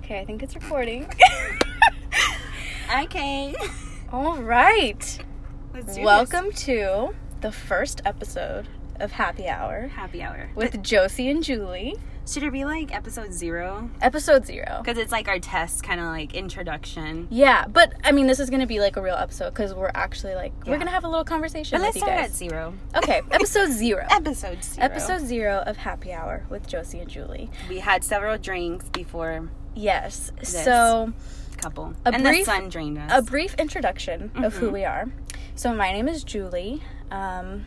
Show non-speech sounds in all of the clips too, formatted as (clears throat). Okay, I think it's recording. (laughs) Okay. All right. Let's do this. Welcome to the first episode of Happy Hour Happy hour. with Josie and Julie, Should it be like episode zero? episode zero. Because it's like our test, kind of like introduction. Yeah, but I mean, this is going to be like a real episode because we're actually like, we're Yeah. going to have a little conversation with But let's you start at guys. zero. (laughs) Okay, episode zero. Episode zero. Episode zero of Happy Hour with Josie and Julie. We had several drinks before Yes. So, couple. A and brief- the sun drained us. a brief introduction of Mm-hmm. who we are. So my name is Julie. Um,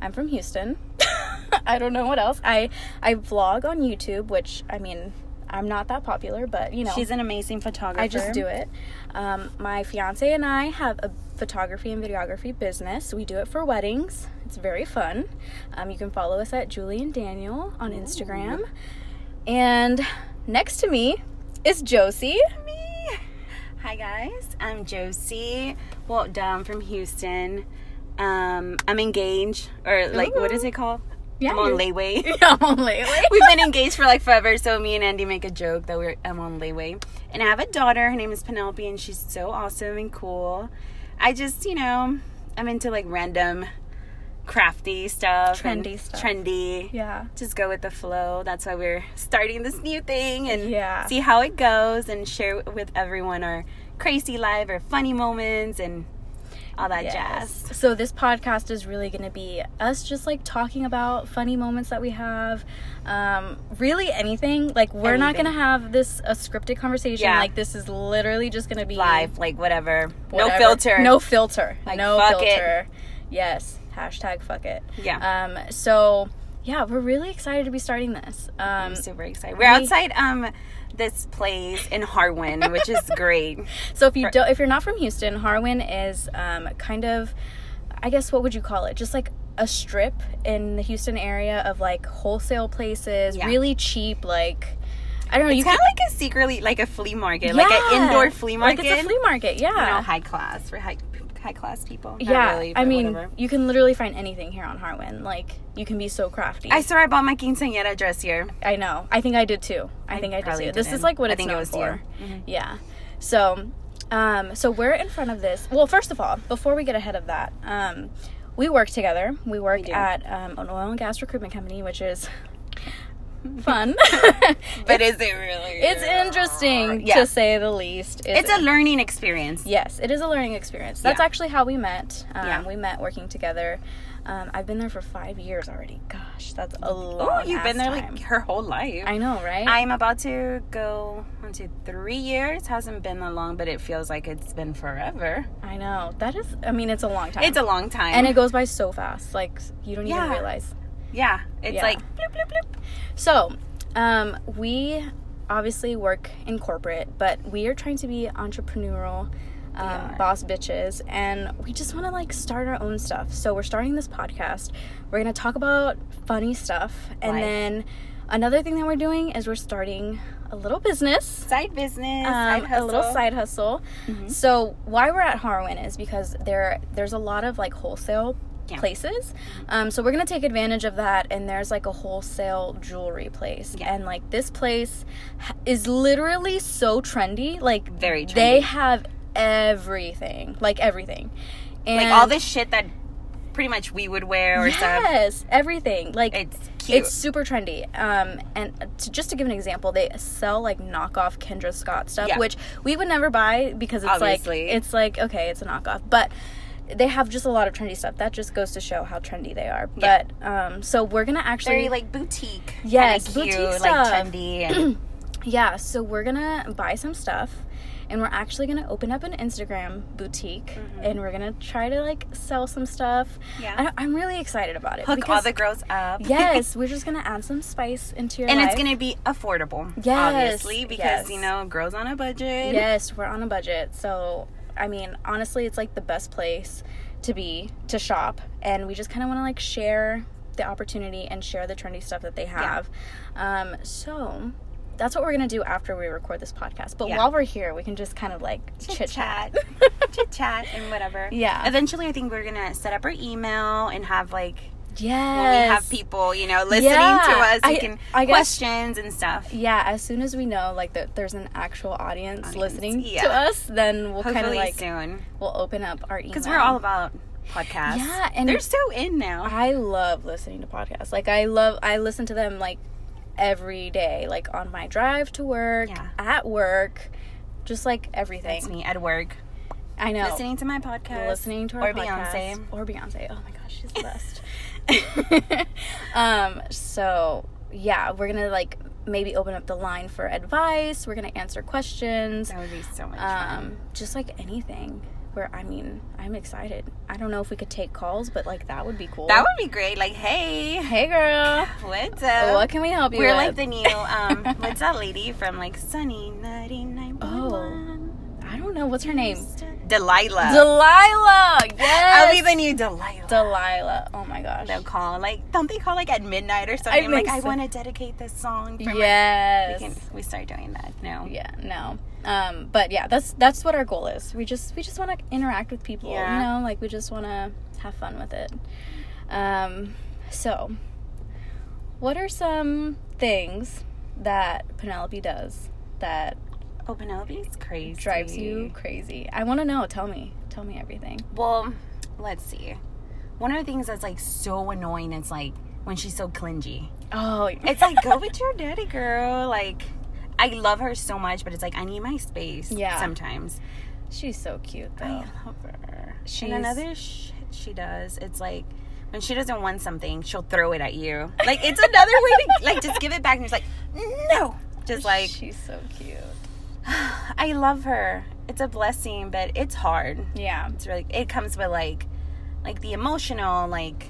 I'm from Houston. (laughs) I don't know what else. I I vlog on YouTube, which I mean, I'm not that popular, but you know, She's an amazing photographer. I just do it. Um, my fiance and I have a photography and videography business. We do it for weddings. It's very fun. Um, you can follow us at Julie and Daniel on Instagram. And next to me is Josie. Me. Hi guys, I'm Josie. Well, down from Houston. Um, I'm engaged, or like, what is it called? Yeah, I'm on you're- layway. (laughs) Yeah, I'm lately. We've been engaged for like forever, so me and Andy make a joke that we're I'm on layway. And I have a daughter. Her name is Penelope, and she's so awesome and cool. I just, you know, I'm into like random, crafty stuff, and Trendy stuff. trendy. Yeah. Just go with the flow. That's why we're starting this new thing and Yeah. see how it goes and share with everyone our crazy life, our funny moments, and all that jazz. So this podcast is really going to be us just like talking about funny moments that we have, um, really anything. Like we're not going Anything. to have this a scripted conversation. Yeah. Like this is literally just going to be Live, like whatever. No whatever. filter. No filter. Like, no fuck it. filter. Yes. Hashtag fuck it. Yeah. Um. So yeah, we're really excited to be starting this. Um. I'm super excited. We're outside um this place in Harwin, (laughs) which is great. So if you don't, if you're not from Houston, Harwin is um, kind of, I guess, what would you call it? Just like a strip in the Houston area of like wholesale places, Yeah. really cheap. Like, I don't know. you It's kind of like a secretly like a flea market, like an Yeah. indoor flea market. Like it's a flea market. Yeah. You know, high class for high high class people. Not yeah, really, I but mean, whatever. you can literally find anything here on Harwin. Like, you can be so crafty. I swear I bought my quinceañera dress here. I know. I think I did too. I, I think I did too. probably This is didn't. like what I it's think it known was for. Mm-hmm. you. Mhm. Yeah. So, um, so we're in front of this. Well, first of all, before we get ahead of that, um, we work together. We work do. at um, an oil and gas recruitment company, which (laughs) is fun. (laughs) But is it really? it's interesting Yeah. to say the least. It's a learning experience. yes, it is a learning experience. That's Yeah. actually how we met. Um, Yeah. We met working together. Um, I've been there for five years already. Gosh, that's a long. Oh, you've been ass there time. like her whole life. I know, right? I'm about to go into three years. Hasn't been that long, but it feels like it's been forever. I know. That is, I mean, it's a long time. It's a long time. and it goes by so fast. Like, you don't even Yeah. realize. yeah, it's Yeah. like bloop, bloop, bloop. So, um, we obviously work in corporate, but we are trying to be entrepreneurial. Um, are. boss bitches and we just want to like start our own stuff so we're starting this podcast we're going to talk about funny stuff and Life. then another thing that we're doing is we're starting a little business side business, um, side a little hustle. Mm-hmm. side hustle. So why we're at Harwin is because there there's a lot of like wholesale Yeah. places. Um, so we're gonna take advantage of that, and there's like a wholesale jewelry place, Yeah. and like this place ha- is literally so trendy. Like Very they trendy. have everything, like everything, and like all this shit that pretty much we would wear or stuff. Yes, everything. Like It's cute. It's super trendy. Um, and to, just to give an example, they sell like knockoff Kendra Scott stuff, Yeah. which we would never buy because it's Obviously. like it's like okay, it's a knockoff, but they have just a lot of trendy stuff. That just goes to show how trendy they are. Yeah. But um, so we're gonna actually very like boutique. kinda Yes, cute, boutique like stuff. trendy (clears throat) and Yeah, so we're gonna buy some stuff and we're actually gonna open up an Instagram boutique and we're gonna try to like sell some stuff. Mm-hmm. Yeah. I, am really excited about it. hook all because- the girls up. (laughs) yes, we're just gonna add some spice into your and life. it's gonna be affordable. Yes, obviously because yes. you know girls on a budget. Yes, we're on a budget, so I mean, honestly, it's like the best place to be to shop, and we just kind of want to like share the opportunity and share the trendy stuff that they have. Um, so that's what we're gonna do after we record this podcast. But Yeah. while we're here, we can just kind of like chit Chit chat. (laughs) chat, (laughs) chit chat, and whatever. Yeah. Eventually, I think we're gonna set up our email and have like Yes. when we have people, you know, listening to Yeah. us, they I- can I guess- questions and stuff. Yeah, as soon as we know like that there's an actual audience, Audience, listening yeah. to us, then we'll kind of Hopefully like soon, we'll open up our email. because we're all about podcasts. Yeah, and- they're so in now. I love listening to podcasts. Like I love I listen to them like every day, like on my drive to work, Yeah. at work, just like everything. That's me at work, I know. listening to my podcast, listening to our or podcast. Beyonce. or Beyonce. Oh my gosh, she's the (laughs) best. (laughs) um, so yeah, we're gonna like maybe open up the line for advice. We're gonna answer questions. That would be so much fun. Um, just like anything. Where I mean, I'm excited. I don't know if we could take calls, but like that would be cool. That would be great. Like, hey, Hey, girl. what's up? What can we help you We're with? like the (laughs) new um, what's that lady from like Sunny Ninety Nine? Oh. I don't know what's her name. Delilah. Delilah. Yes. I'll be the new Delilah. Delilah. Oh my gosh. They'll call like don't they call like at midnight or something? think like I so. want to dedicate this song. For my-" Yes. we, can, we start doing that now. yeah no um but yeah that's that's what our goal is we just we just want to interact with people Yeah. you know like we just want to have fun with it um so what are some things that penelope does that Oh, Penelope's crazy. drives you crazy i want to know tell me tell me everything Well, let's see. One of the things that's like so annoying is like when she's so clingy. oh It's like go with your daddy, girl. Like I love her so much, but it's like I need my space. Yeah. Sometimes. (laughs) she's so cute though I love her. She's- and another shit she does. It's like when she doesn't want something, she'll throw it at you. Like it's another way to like just give it back and it's like no. Just like (sighs) she's so cute I love her. It's a blessing, but it's hard. yeah It's really it comes with like like the emotional like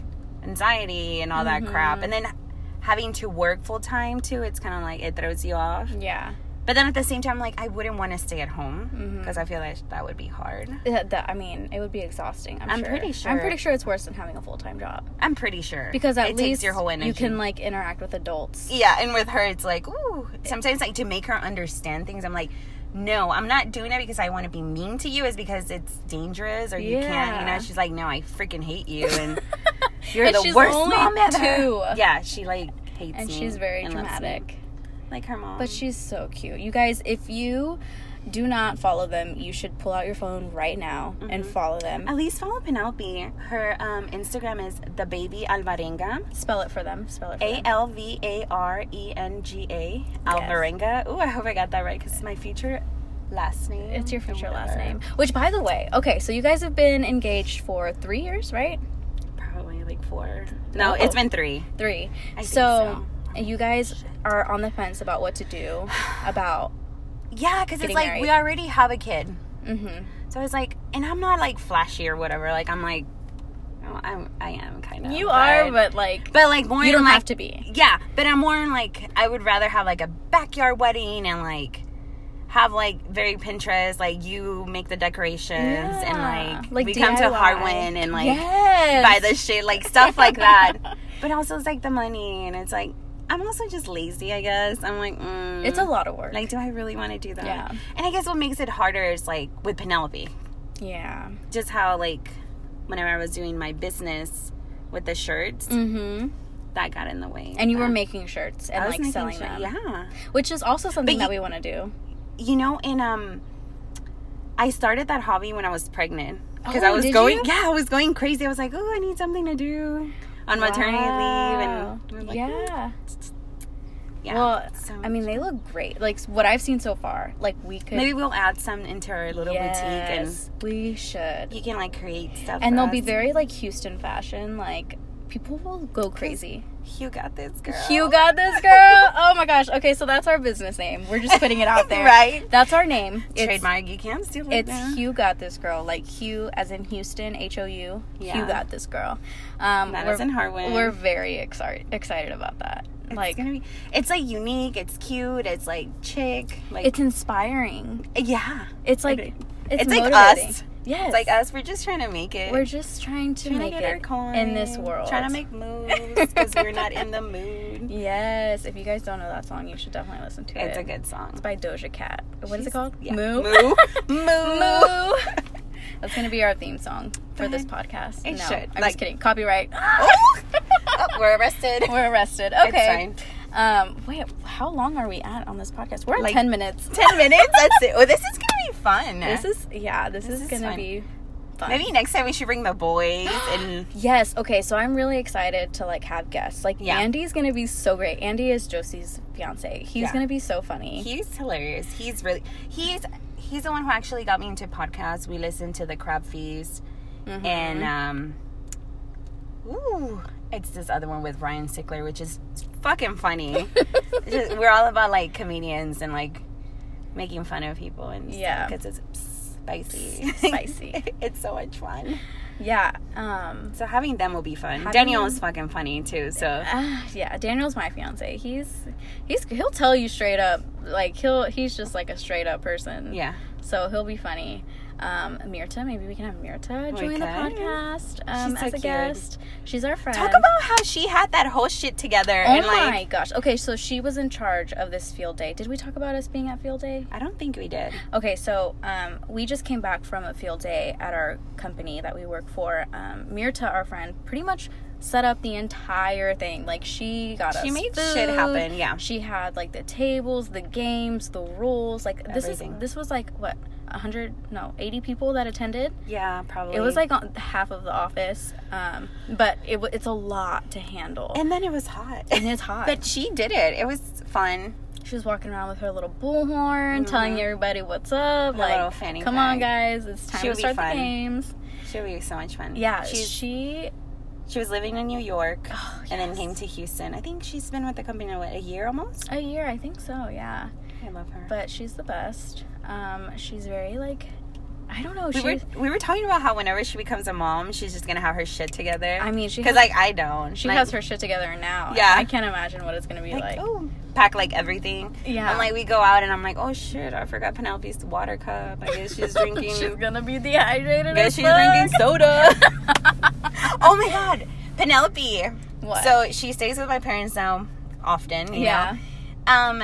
anxiety and all that crap. And Mm-hmm. then having to work full time too, it's kind of like it throws you off. yeah But then at the same time like I wouldn't want to stay at home Mm-hmm. because I feel like that would be hard. Yeah, that, I mean, it would be exhausting. I'm, I'm sure. pretty I'm sure. pretty sure it's worse than having a full time job. I'm pretty sure. because at it least takes your whole energy. you can like interact with adults. Yeah, and with her, it's like, ooh. Eh. Sometimes, like, to make her understand things, I'm like, no, I'm not doing it because I want to be mean to you. Is because it's dangerous or you can't. You Yeah. know, she's like, no, I freaking hate (laughs) you, and you're And the she's worst only mom ever. two. Yeah, she like hates And me she's very and loves me. dramatic, like her mom. but she's so cute. You guys, if you do not follow them, you should pull out your phone right now Mm-hmm. and follow them. at least follow Penelope. Her um, Instagram is the baby Alvarenga. Spell it for them. Spell it for A them. L V A R E N G A Alvarenga. Ooh, I hope I got that right because it's my future last name. It's your or future last whatever. name. Which, by the way, okay, so you guys have been engaged for three years, right? Probably like four. Oh. No, it's been three. Three. I think so, you guys are on the fence about what to (sighs) do about. Yeah, because it's Getting like we married. already have a kid. Mm-hmm. So it's like, and I'm not like flashy or whatever. Like I'm like, oh, I'm I am kind of. You are, but like but like more you don't in, like, have to be. Yeah, but I'm more in like I would rather have like a backyard wedding and like have like very Pinterest, like you make the decorations Yeah. and like, we come to DIY. Harwin and like yes. buy the shit, like stuff (laughs) like that. but also it's like the money and it's like I'm also just lazy, I guess. I'm like, mm, It's a lot of work. Like, do I really want to do that? Yeah. And I guess what makes it harder is like with Penelope, yeah. just how like whenever I was doing my business with the shirts, Mm-hmm. that got in the way. And you were But making shirts and I was like making selling sure- them, Yeah. which is also something But that we you- want to do. You know, and um, I started that hobby when I was pregnant because Oh, I was did going. you? Yeah, I was going crazy. I was like, oh, I need something to do on maternity Wow. leave, and I'm like, yeah. yeah. Well, so I mean, they look great. Like s- what I've seen so far, like we could maybe we'll add some into our little boutique, Yes, we should. and you can like create stuff. and for they'll be us. very like Houston fashion. Like people will go crazy. You got this, girl. You got this, girl. oh my gosh. Okay, so that's our business name. We're just putting it (laughs) out there. Right. That's our name. It's- Trademark. You can't steal it. It's now. Hugh got this girl, like Hugh as in Houston, H O U. Hugh Yeah. got this girl. Um, That we're- is in Harwin. We're very excited excited about that. it's like gonna be. It's like unique. It's cute. It's like chick. Like it's inspiring. yeah. It's like It- it's, it's like motivating. us. Yes, It's like us. We're just trying to make it. We're just trying to trying make to get our it coin. in this world. Trying to make moves because we're not in (laughs) the mood. Yes, if you guys don't know that song, you should definitely listen to it. It's a good song. It's by Doja Cat. What is it (laughs) She's- called? Yeah. Moo. Moo. Moo. Moo. That's gonna be our theme song for this podcast. It no, should. I'm Like- just kidding. (laughs) Copyright. (laughs) Oh! Oh, we're arrested. We're arrested. Okay. fine. Um, wait, how long are we at on this podcast? We're at Like- 10 minutes. 10 minutes? That's it. Oh, this is going to be fun. This is, yeah, this, is, is gonna fun. be fun. Maybe next time we should bring the boys and Yes. Okay. So I'm really excited to like have guests. Like Yeah. Andy's gonna be so great. Andy is Josie's fiance. He's Yeah. gonna be so funny. he's hilarious. He's really he's he's the one who actually got me into podcasts. We listened to the Crab Feast Mhm. and um ooh, it's this other one with Ryan Sickler, which is (laughs) fucking funny. It's just- we're all about like comedians and like making fun of people and Yeah. because it's (laughs) spicy. Spicy. (laughs) it's so much fun. yeah. Um. So having them will be fun. Having- Daniel is fucking funny too. So ah, yeah. Daniel's my fiance. He's he's he'll tell you straight up. Like he'll he's just like a straight up person. yeah, So he'll be funny. Um, Mirta, maybe we can have Mirta join the Oh, could. podcast um, She's so as a cute. guest. She's our friend. talk about how she had that whole shit together Oh and like. my gosh. Okay, so she was in charge of this field day. Did we talk about us being at field day? I don't think we did. Okay, so um, we just came back from a field day at our company that we work for. Um, Mirta, our friend, pretty much set up the entire thing. Like she got She us made food. shit happen, yeah. She had like the tables, the games, the rules. Like this Everything. is this was like what hundred no eighty people that attended. Yeah, probably. It was like on half of the office, um, but it, wa- it's a lot to handle. and then it (laughs) was hot. and it's hot. but she did it. It was fun. She was walking around with her little bullhorn, telling everybody what's up. Mm-hmm. Her like, little fanny come on, guys, it's time She to would be start the fun. games. She was so much fun. Yeah, she's, she. she was living in New York Oh, and then yes. came to Houston. I think she's been with the company what a year almost. A year, I think so. Yeah, I love her. but she's the best. Um, she's very like, I don't know. we She. were we were talking about how whenever she becomes a mom, she's just gonna have her shit together. I mean, she because has, like I don't. she Like, has her shit together now. and Yeah. I can't imagine what it's gonna be like, like. oh, pack like everything. Yeah. And like we go out and I'm like, oh shit, I forgot Penelope's water cup. I guess (laughs) she's drinking. (laughs) she's gonna be dehydrated. I guess as she's drinking fuck. (laughs) soda. oh my god, Penelope. What? So she stays with my parents now often. You yeah. yeah. Um,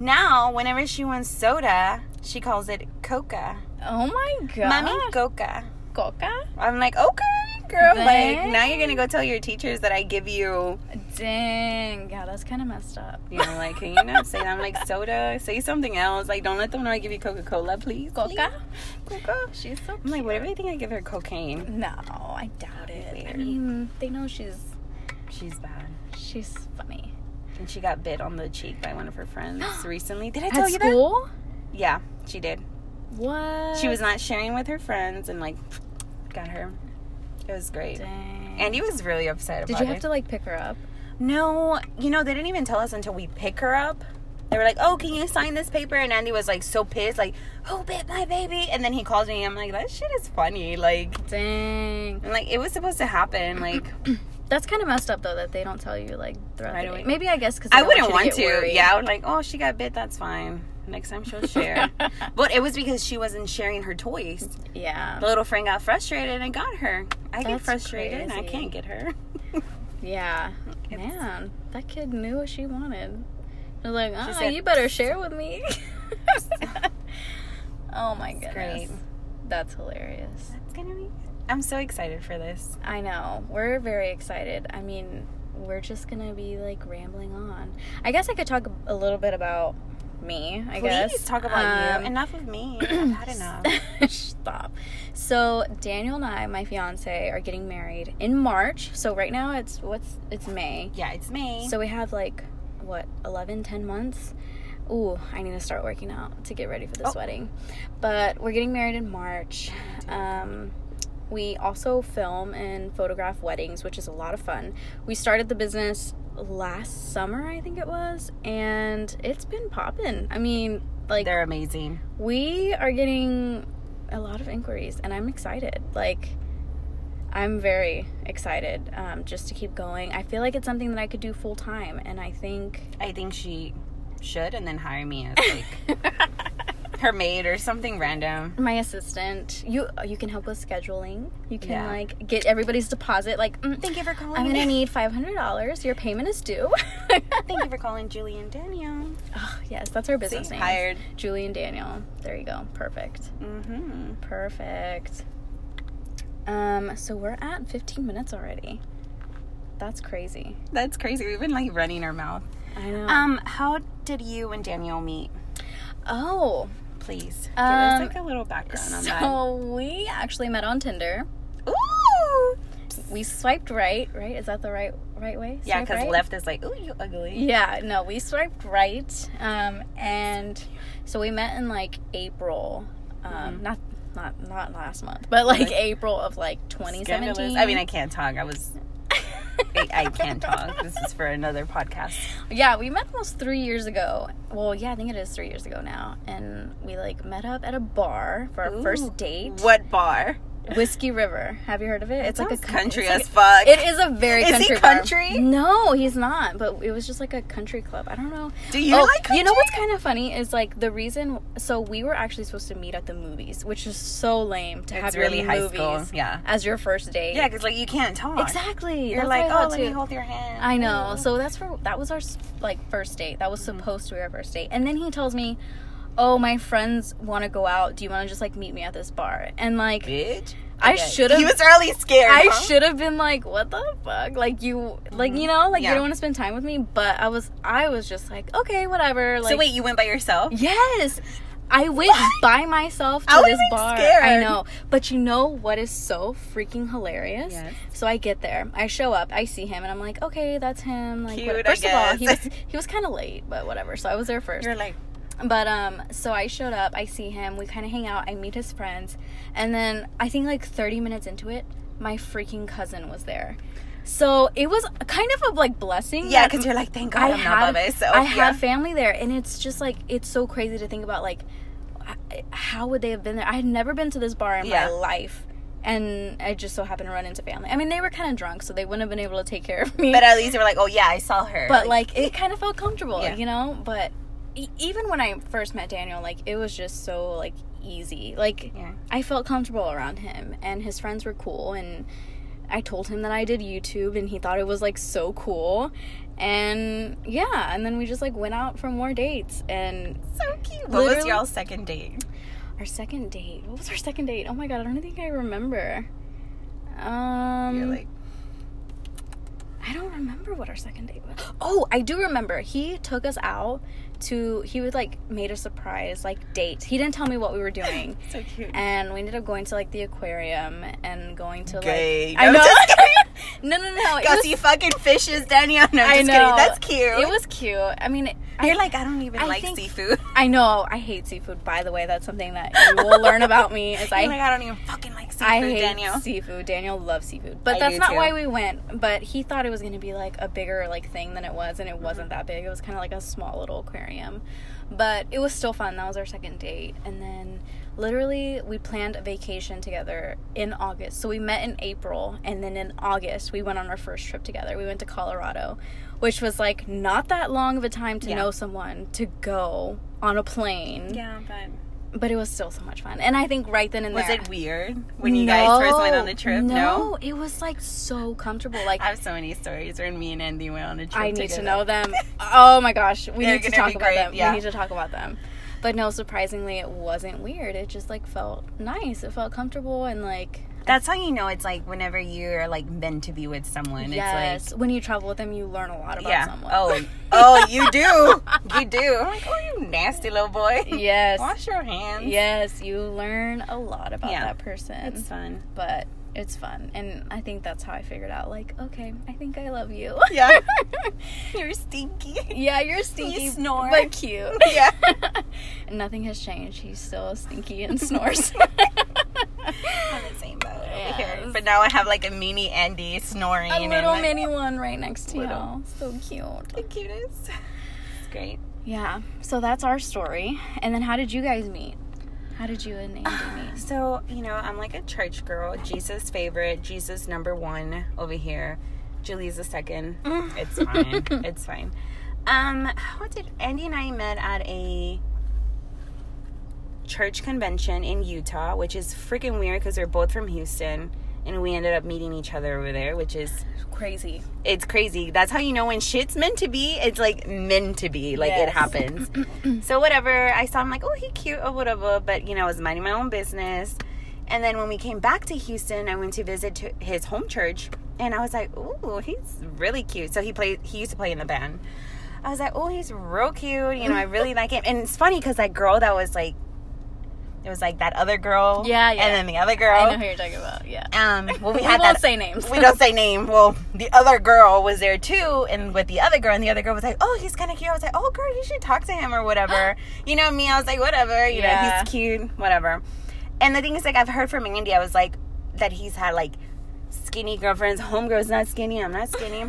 now whenever she wants soda, she calls it coca. Oh my god. Mommy coca. Coca. I'm like, okay, girl. Dang. Like now you're gonna go tell your teachers that I give you. Dang. Yeah, that's kind of messed up. You know, like, can you not say that? I'm like, soda. Say something else. Like, don't let them know I give you Coca Cola, please. (laughs) Coca. please. Coca. She's so. I'm like, what if they think I give her cocaine? No, I doubt it. I Weird. mean, they know she's She's bad. she's funny. And she got bit on the cheek by one of (gasps) her friends recently. Did I At tell you school? that? Yeah, she did. What? She was not sharing with her friends and like got her. It was great. Dang. Andy was really upset Did about you have it. to like pick her up? No, you know, they didn't even tell us until we pick her up. They were like, "Oh, can you sign this paper?" And Andy was like so pissed, like, "Who bit my baby?" And then he calls me. I'm like, "That shit is funny." Like, Dang. and, like it was supposed (clears throat) to happen. Like, That's kind of messed up though that they don't tell you like throughout Right the away. day. Maybe I guess because I wouldn't want you to. get Yeah, I would like, "Oh, she got bit. That's fine. Next time (laughs) she'll share." but it was because she wasn't sharing her toys. worried. Yeah. The little friend got frustrated and got her. I get That's frustrated and I crazy. can't get her. Yeah. It's- Man, that kid knew what she wanted. She was like, ah, said, you better share with me. (laughs) oh my goodness. great. That's hilarious. It's gonna be. I'm so excited for this. I know. We're very excited. I mean, we're just going to be like rambling on. I guess I could talk a little bit about me, I Please guess. talk about Um, you. Enough of (clears throat) me. I've had enough. (laughs) Stop. So, Daniel and I, my fiance, are getting married in March. So, right now it's what's it's May. Yeah, it's me. So, we have like what 11 10 months. Ooh, I need to start working out to get ready for this Oh. wedding. But we're getting married in March. Um we also film and photograph weddings, which is a lot of fun. We started the business last summer, I think it was, and it's been popping. I mean, like They're amazing. we are getting a lot of inquiries and i'm excited like i'm very excited um, just to keep going i feel like it's something that i could do full time and i think (laughs) I think she should and then hire me as (laughs) like her maid or something random. my assistant you you can help with scheduling you can Yeah. like get everybody's deposit like mm, Thank you for calling. i'm (laughs) gonna need $500 your payment is due (laughs) Thank you for calling Julie and Daniel. oh, yes that's our business See, name hired. julie and daniel there you go perfect Mm-hmm. perfect Um, so we're at 15 minutes already. That's crazy. That's crazy. We've been like running our mouth. I know. Um, how did you and Daniel meet? oh, Please give us Um, like a little background on that. so we actually met on Tinder. Ooh. We swiped right, right? Is that the right right way? Yeah, Swipe because right? left is like, ooh, you ugly. Yeah, no, we swiped right, um, and so we met in like April, um, not not not last month, but like Mm-hmm. Like- April of like Scandalous. 2017. I mean, I can't talk. I was. I, I can't talk. This is for another podcast. yeah, we met almost three years ago. Well, yeah, I think it is three years ago now, and we like met up at a bar for our Ooh. first date. What bar? Whiskey River. Have you heard of it? It's like a Sounds co- country it's like as fuck. It is a very Is he country. bar. country? No, he's not. But it was just like a country club. I don't know. Oh, Do oh, you like You know country? what's kind of funny is like the reason. So we were actually supposed to meet at the movies, which is so lame to have It's really your high movies school. Yeah. as your first date. Yeah, because like you can't talk. exactly. You're That's like, what I oh, thought, let me too. hold your hand. Mm. I know. So that's for that was our s- like first date. That was supposed to be our first date. And then he tells me, "Oh, my friends want to go out. Do you want to just like meet me at this bar?" And like bitch. I Okay. should've- He was really scared. I huh? Mm-hmm. should have been like, "What the fuck?" Like you, like you know, like Yeah. you don't want to spend time with me. But I was, I was just like, okay, whatever. Like, so wait, you went by yourself? yes, I went by myself to I would've this been bar. I scared. know, but you know what is so freaking hilarious? Yes. So I get there, I show up, I see him, and I'm like, okay, that's him. Like, Cute, I what- first of all, guess. he was he was kind of late, but whatever. So I was there first. You're like, But um, so I showed up. I see him. We kind of hang out. I meet his friends, and then I think like thirty minutes into it, my freaking cousin was there. So it was kind of a like blessing. yeah, that because you're like, thank God I I'm not had by myself. I yeah. had family there, and it's just like it's so crazy to think about. Like, I- how would they have been there? I had never been to this bar in Yeah. my life. And I just so happened to run into family. I mean, they were kind of drunk, so they wouldn't have been able to take care of me But at least you were like, oh yeah, I saw her. but like (laughs) it kind of felt comfortable Yeah. you know but e- even when i first met daniel like it was just so like easy like Yeah. i felt comfortable around him and his friends were cool and i told him that i did youtube and he thought it was like so cool and yeah and then we just like went out for more dates and so cute. What was literally- y'all's second date? our second date what was our second date oh my god i don't think i remember um You're like, I don't remember what our second date was. Oh, I do remember. He took us out to he would like made a surprise like date. He didn't tell me what we were doing. so cute. And we ended up going to like the aquarium and going to like Gay. I No, know. (laughs) I'm just no, no, no. (laughs) It Go was, see fucking fishes, Daniel. No, I'm I just know. kidding. That's cute. It was cute. I mean, I, You're like, I don't even I like think- seafood. I know I hate seafood. By the way, that's something that you will learn about me is I (laughs) You're like, I don't even fucking like seafood, I hate Daniel. seafood. Daniel loves seafood, but I that's do not too. why we went. But he thought it was going to be like a bigger like thing than it was, and it wasn't Mm-hmm. that big. It was kind of like a small little aquarium, but it was still fun. That was our second date, and then literally we planned a vacation together in August. So we met in April, and then in August we went on our first trip together. We went to Colorado, which was like not that long of a time to Yeah. know someone to go on a plane, yeah, but but it was still so much fun. And I think right then and was there. it weird when you guys first went on the trip? No, it was like so comfortable. Like I I, have so many stories when me and Andy went on a trip. need to together. know (laughs) them. Oh my gosh, we They're need to gonna talk be about great, them. yeah. We need to talk about them. But no, surprisingly, it wasn't weird. It just like felt nice. It felt comfortable and like That's how you know it's like whenever you're like meant to be with someone. yes. It's when you travel with them, you learn a lot like about yeah. someone. (laughs) Oh, oh, you do, you do. I'm like, oh, you nasty little (laughs) boy. yes, Wash your hands. yes, you learn a lot about Yeah. that person. it's fun. but it's fun, and I think that's how I figured out. Like, okay, I think I love you. (laughs) Yeah. (laughs) You're stinky. Yeah, you're stinky, snore. but cute. (laughs) Yeah. (laughs) Nothing has changed. He's still stinky and snores. (laughs) I'm in the same boat over Yes. here. But now I have like a mini Andy snoring. A and little like, mini one right next to Little. you. So cute. The cutest. It's great. Yeah. So that's our story. And then how did you guys meet? How did you and (sighs) Andy meet? So, you know, I'm like a church girl, Jesus favorite, Jesus number one over here. Julie's the (laughs) second. It's fine. it's fine. Um, how did Andy and I met at a church convention in Utah, which is freaking weird because we're both from Houston and we ended up meeting each other over there, which is Crazy. it's crazy. That's how you know when shit's meant to be, it's like meant to be. Like it Yes. (clears throat) happens. so whatever, I saw him like, oh he cute or whatever, but you know, I was minding my own business. And then when we came back to Houston, I went to visit to his home church, and I was like, "Ooh, he's really cute." So he played. He used to play in the band. I was like, "Oh, he's real cute." You know, I really like him. And it's funny because that girl that was like, it was like that other girl. Yeah, yeah. And then the other girl. I know who you're talking about. Yeah. Um, (laughs) well, we We had won't that. say names. We don't say name. Well, the other girl was there too, and with the other girl, and the other girl was like, "Oh, he's kind of cute." I was like, "Oh, girl, you should talk to him (gasps) or whatever." you know me. I was like, "Whatever." You know, Yeah. he's cute. Whatever. And the thing is, like, I've heard from Andy. I was like, that he's had like skinny girlfriends. Homegirl's not skinny. I'm not skinny.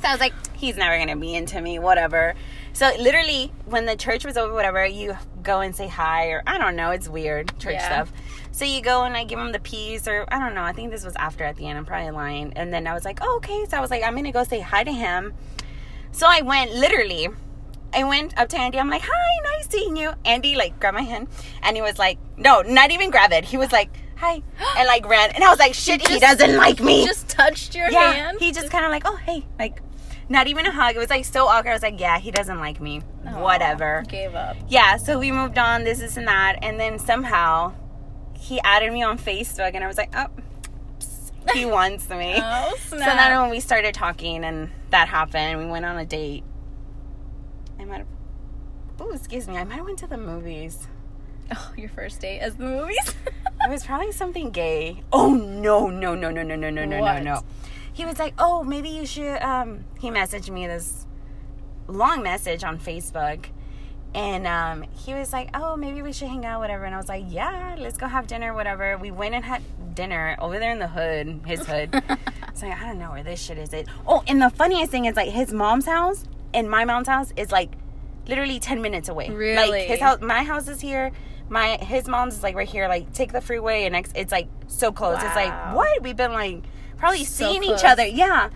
So I was like, he's never gonna be into me, whatever. So literally, when the church was over, whatever, you go and say hi, or I don't know, it's weird church Yeah. stuff. So you go and I give him the peace, or I don't know. I think this was after at the end. I'm probably lying. And then I was like, oh, okay. So I was like, I'm gonna go say hi to him. So I went literally. I went up to Andy. I'm like, "Hi, nice seeing you." Andy like grabbed my hand, and he was like, "No, not even grab it." He was like, (gasps) "Hi," and like ran, and I was like, "Shit, he just- doesn't like me." Just touched your yeah, hand. he just kind of like, oh hey, like, not even a hug. It was like so awkward. I was like, yeah, he doesn't like me. Aw, Whatever. Oh, Gave (laughs) up. Yeah. So we moved on. This, this, and that, and then somehow he added me on Facebook, and I was like, oh, psst, he wants (laughs) me. Oh snap. So then when we started talking, and that happened, we went on a date. I might have. Oh, excuse me. I might have went to the movies. oh, your first date as the (laughs) movies. It was probably something gay. Oh no no no no no no no no no What? no. He was like, oh maybe you should. Um, he messaged me this long message on Facebook, and um, he was like, oh maybe we should hang out whatever. And I was like, yeah, let's go have dinner whatever. We went and had dinner over there in the hood, (laughs) his hood. so like, I don't know where this shit is. It. Oh, and the funniest thing is like his mom's house and my mom's house is like literally ten minutes away. Really? Like his house, my house is here. My his mom's is like right here. Like take the freeway and ex- it's like so close. It's like Wow. what we've been like probably So seeing close. each other. Yeah.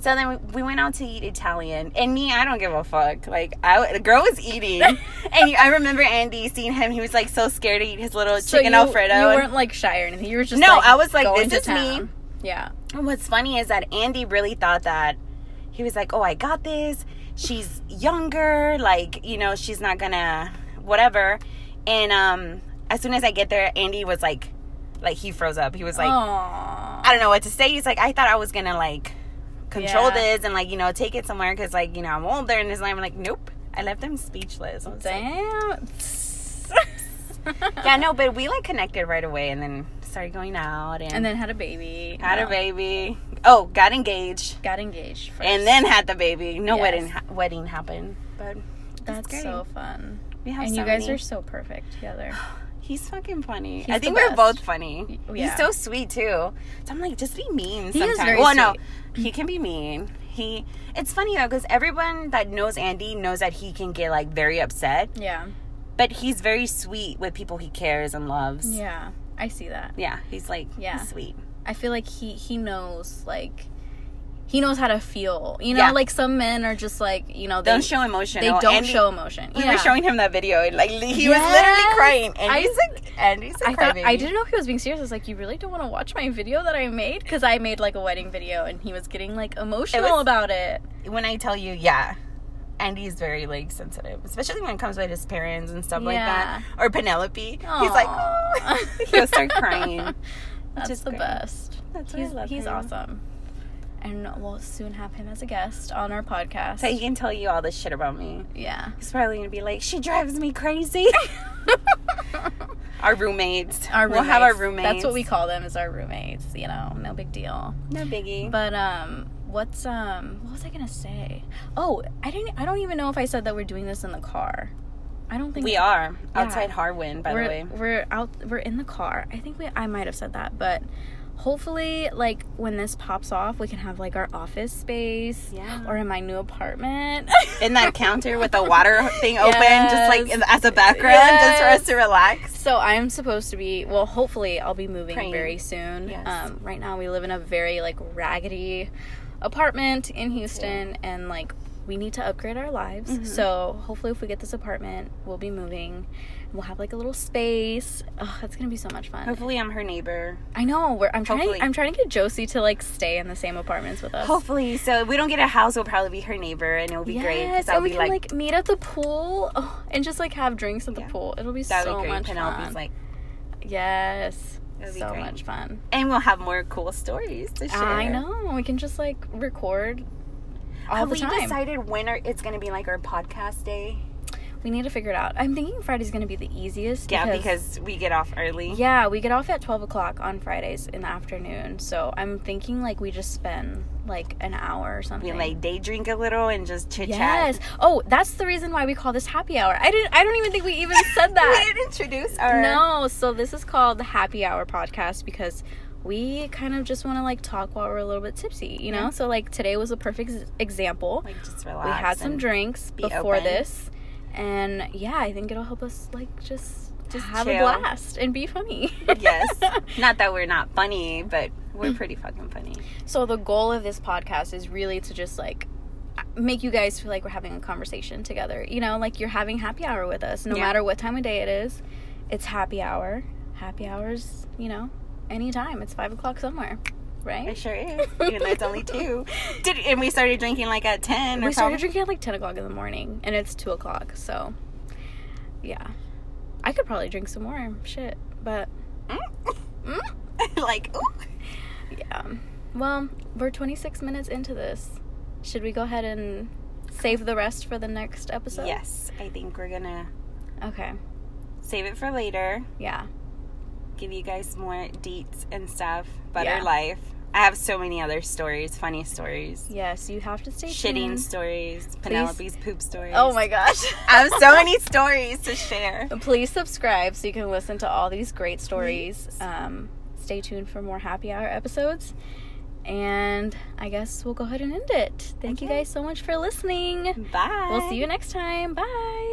So then we, we went out to eat Italian, and me, I don't give a fuck. Like I, the girl (laughs) was eating, and I remember Andy seeing him. He was like so scared to eat his little So chicken you, Alfredo. You and- weren't like shy or anything. You were just No, Like, I was like, going this to is me. town. Yeah. And What's funny is that Andy really thought that he was like, "Oh, I got this. She's younger, like, you know, she's not going to whatever." And um as soon as I get there, Andy was like like he froze up. He was Oh. like, Aww. "I don't know what to say." He's like, "I thought I was going to like control Yeah. this and like, you know, take it somewhere cuz like, you know, I'm older and this and I'm like, "Nope." I left him speechless. I was like- (laughs) Damn. yeah, no, but we like connected right away and then started going out and, And then had a baby. had a No. baby. Oh, got engaged. Got engaged. First. and then had the baby. No Yes. wedding ha- wedding happened, but that's great. so fun. we have And so you guys many- are so perfect (sighs) together. He's fucking funny. He's I the think we're best. both funny. Y- He's yeah. so sweet too. So I'm like, just be mean. He is sometimes. very well, no, he can be mean. He. It's funny though because everyone that knows Andy knows that he can get like very upset, Yeah. but he's very sweet with people he cares and loves. Yeah. I see that. Yeah, he's like Yeah. he's sweet. I feel like he he knows like he knows how to feel. You know, Yeah. like some men are just like you know they Don't show emotion. they Oh, don't Andy- show emotion. We yeah. were showing him that video. And, like he was Yes. literally crying. And I- he's like, and he's a I thought I crybaby. didn't know if he was being serious. I was like, "You really don't want to watch my video that I made?" Because I made like a wedding video, and he was getting like emotional was- about it. when I tell you, yeah, Andy's very like sensitive, especially when it comes with his parents and stuff like that. Or Penelope, he's like, Aw. "Oh." (laughs) he'll (laughs) start crying. That's is the great. best. That's why I he's love he's him. awesome, and we'll soon have him as a guest on our podcast. So he can tell you all this shit about me. (laughs) yeah. (laughs) He's probably gonna be like, she drives me crazy. (laughs) our roommates. our We'll have our roommates. roommates. That's what we call them is our roommates, you know, no big deal. No biggie. But um what's um what was I gonna say? Oh, I didn't I don't even know if I said that we're doing this in the car. I don't think we are outside Harwin, by we're, the way. We're out we're in the car. I think we I might have said that, but hopefully like when this pops off we can have like our office space Yeah. or in my new apartment. (laughs) In that counter with the water thing open, just like Yes. in- as a background, just for us to relax. So I'm supposed to be well. Hopefully, I'll be moving Praying. very soon. Yes. Um, right now, we live in a very like raggedy apartment in Houston, and like we need to upgrade our lives. Mm-hmm. So hopefully, if we get this apartment, we'll be moving. We'll have like a little space. Oh, it's gonna be so much fun. Hopefully, I'm her neighbor. I know. We're, I'm trying. Hopefully. I'm trying to get Josie to like stay in the same apartments with us. Hopefully, so if we don't get a house, we'll probably be her neighbor, and it'll be Yes, great. 'cause I'll and we be can like, meet at the pool oh, and just like have drinks at the Yeah. pool. It'll be that'd so be great. much Penelope's fun. like, Yes. It'll be so great. much fun. And we'll have more cool stories to share. I know. We can just like record all Have the we time. decided when our, it's going to be like our podcast day? we need to figure it out. I'm thinking Friday's gonna be the easiest. Yeah, because we get off early. yeah, we get off at twelve o'clock on Fridays in the afternoon. So I'm thinking like we just spend like an hour or something. We like day drink a little and just chit chat. Yes. Oh, that's the reason why we call this happy hour. I didn't. I don't even think we (laughs) even said that. we didn't introduce our No, so this is called the Happy Hour podcast because we kind of just want to like talk while we're a little bit tipsy, you know? Yeah. So like today was a perfect s- example. Like just relax. we had some and drinks be before open. this and yeah, I think it'll help us like just Just just have chill. a blast and be (laughs) funny. (laughs) (laughs) yes. Not that we're not funny, but we're pretty fucking (laughs) funny. so the goal of this podcast is really to just like make you guys feel like we're having a conversation together. You know, like you're having happy hour with us no Yeah. matter what time of day it is. It's happy hour. Happy hours, you know, anytime. It's five o'clock somewhere, It right? sure is. (laughs) Even though it's only (laughs) two. Did and we started drinking like at ten. or We started prob- drinking at like 10 o'clock in the morning and it's two o'clock. So, yeah. I could probably drink some more shit, but Mm, Mm. (laughs) like ooh. yeah. Well, we're 26 minutes into this. Should we go ahead and save the rest for the next episode? Yes, I think we're gonna Okay. save it for later. Yeah. Give you guys more deets and stuff about our Yeah. life. I have so many other stories, funny stories, Yes, you have to stay shitting tuned. stories, Penelope's poop stories. Oh my gosh. I have (laughs) so many stories to share. Please subscribe so you can listen to all these great stories. Um, stay tuned for more happy hour episodes. And I guess we'll go ahead and end it. Thank you Okay. guys so much for listening. Bye. We'll see you next time. Bye.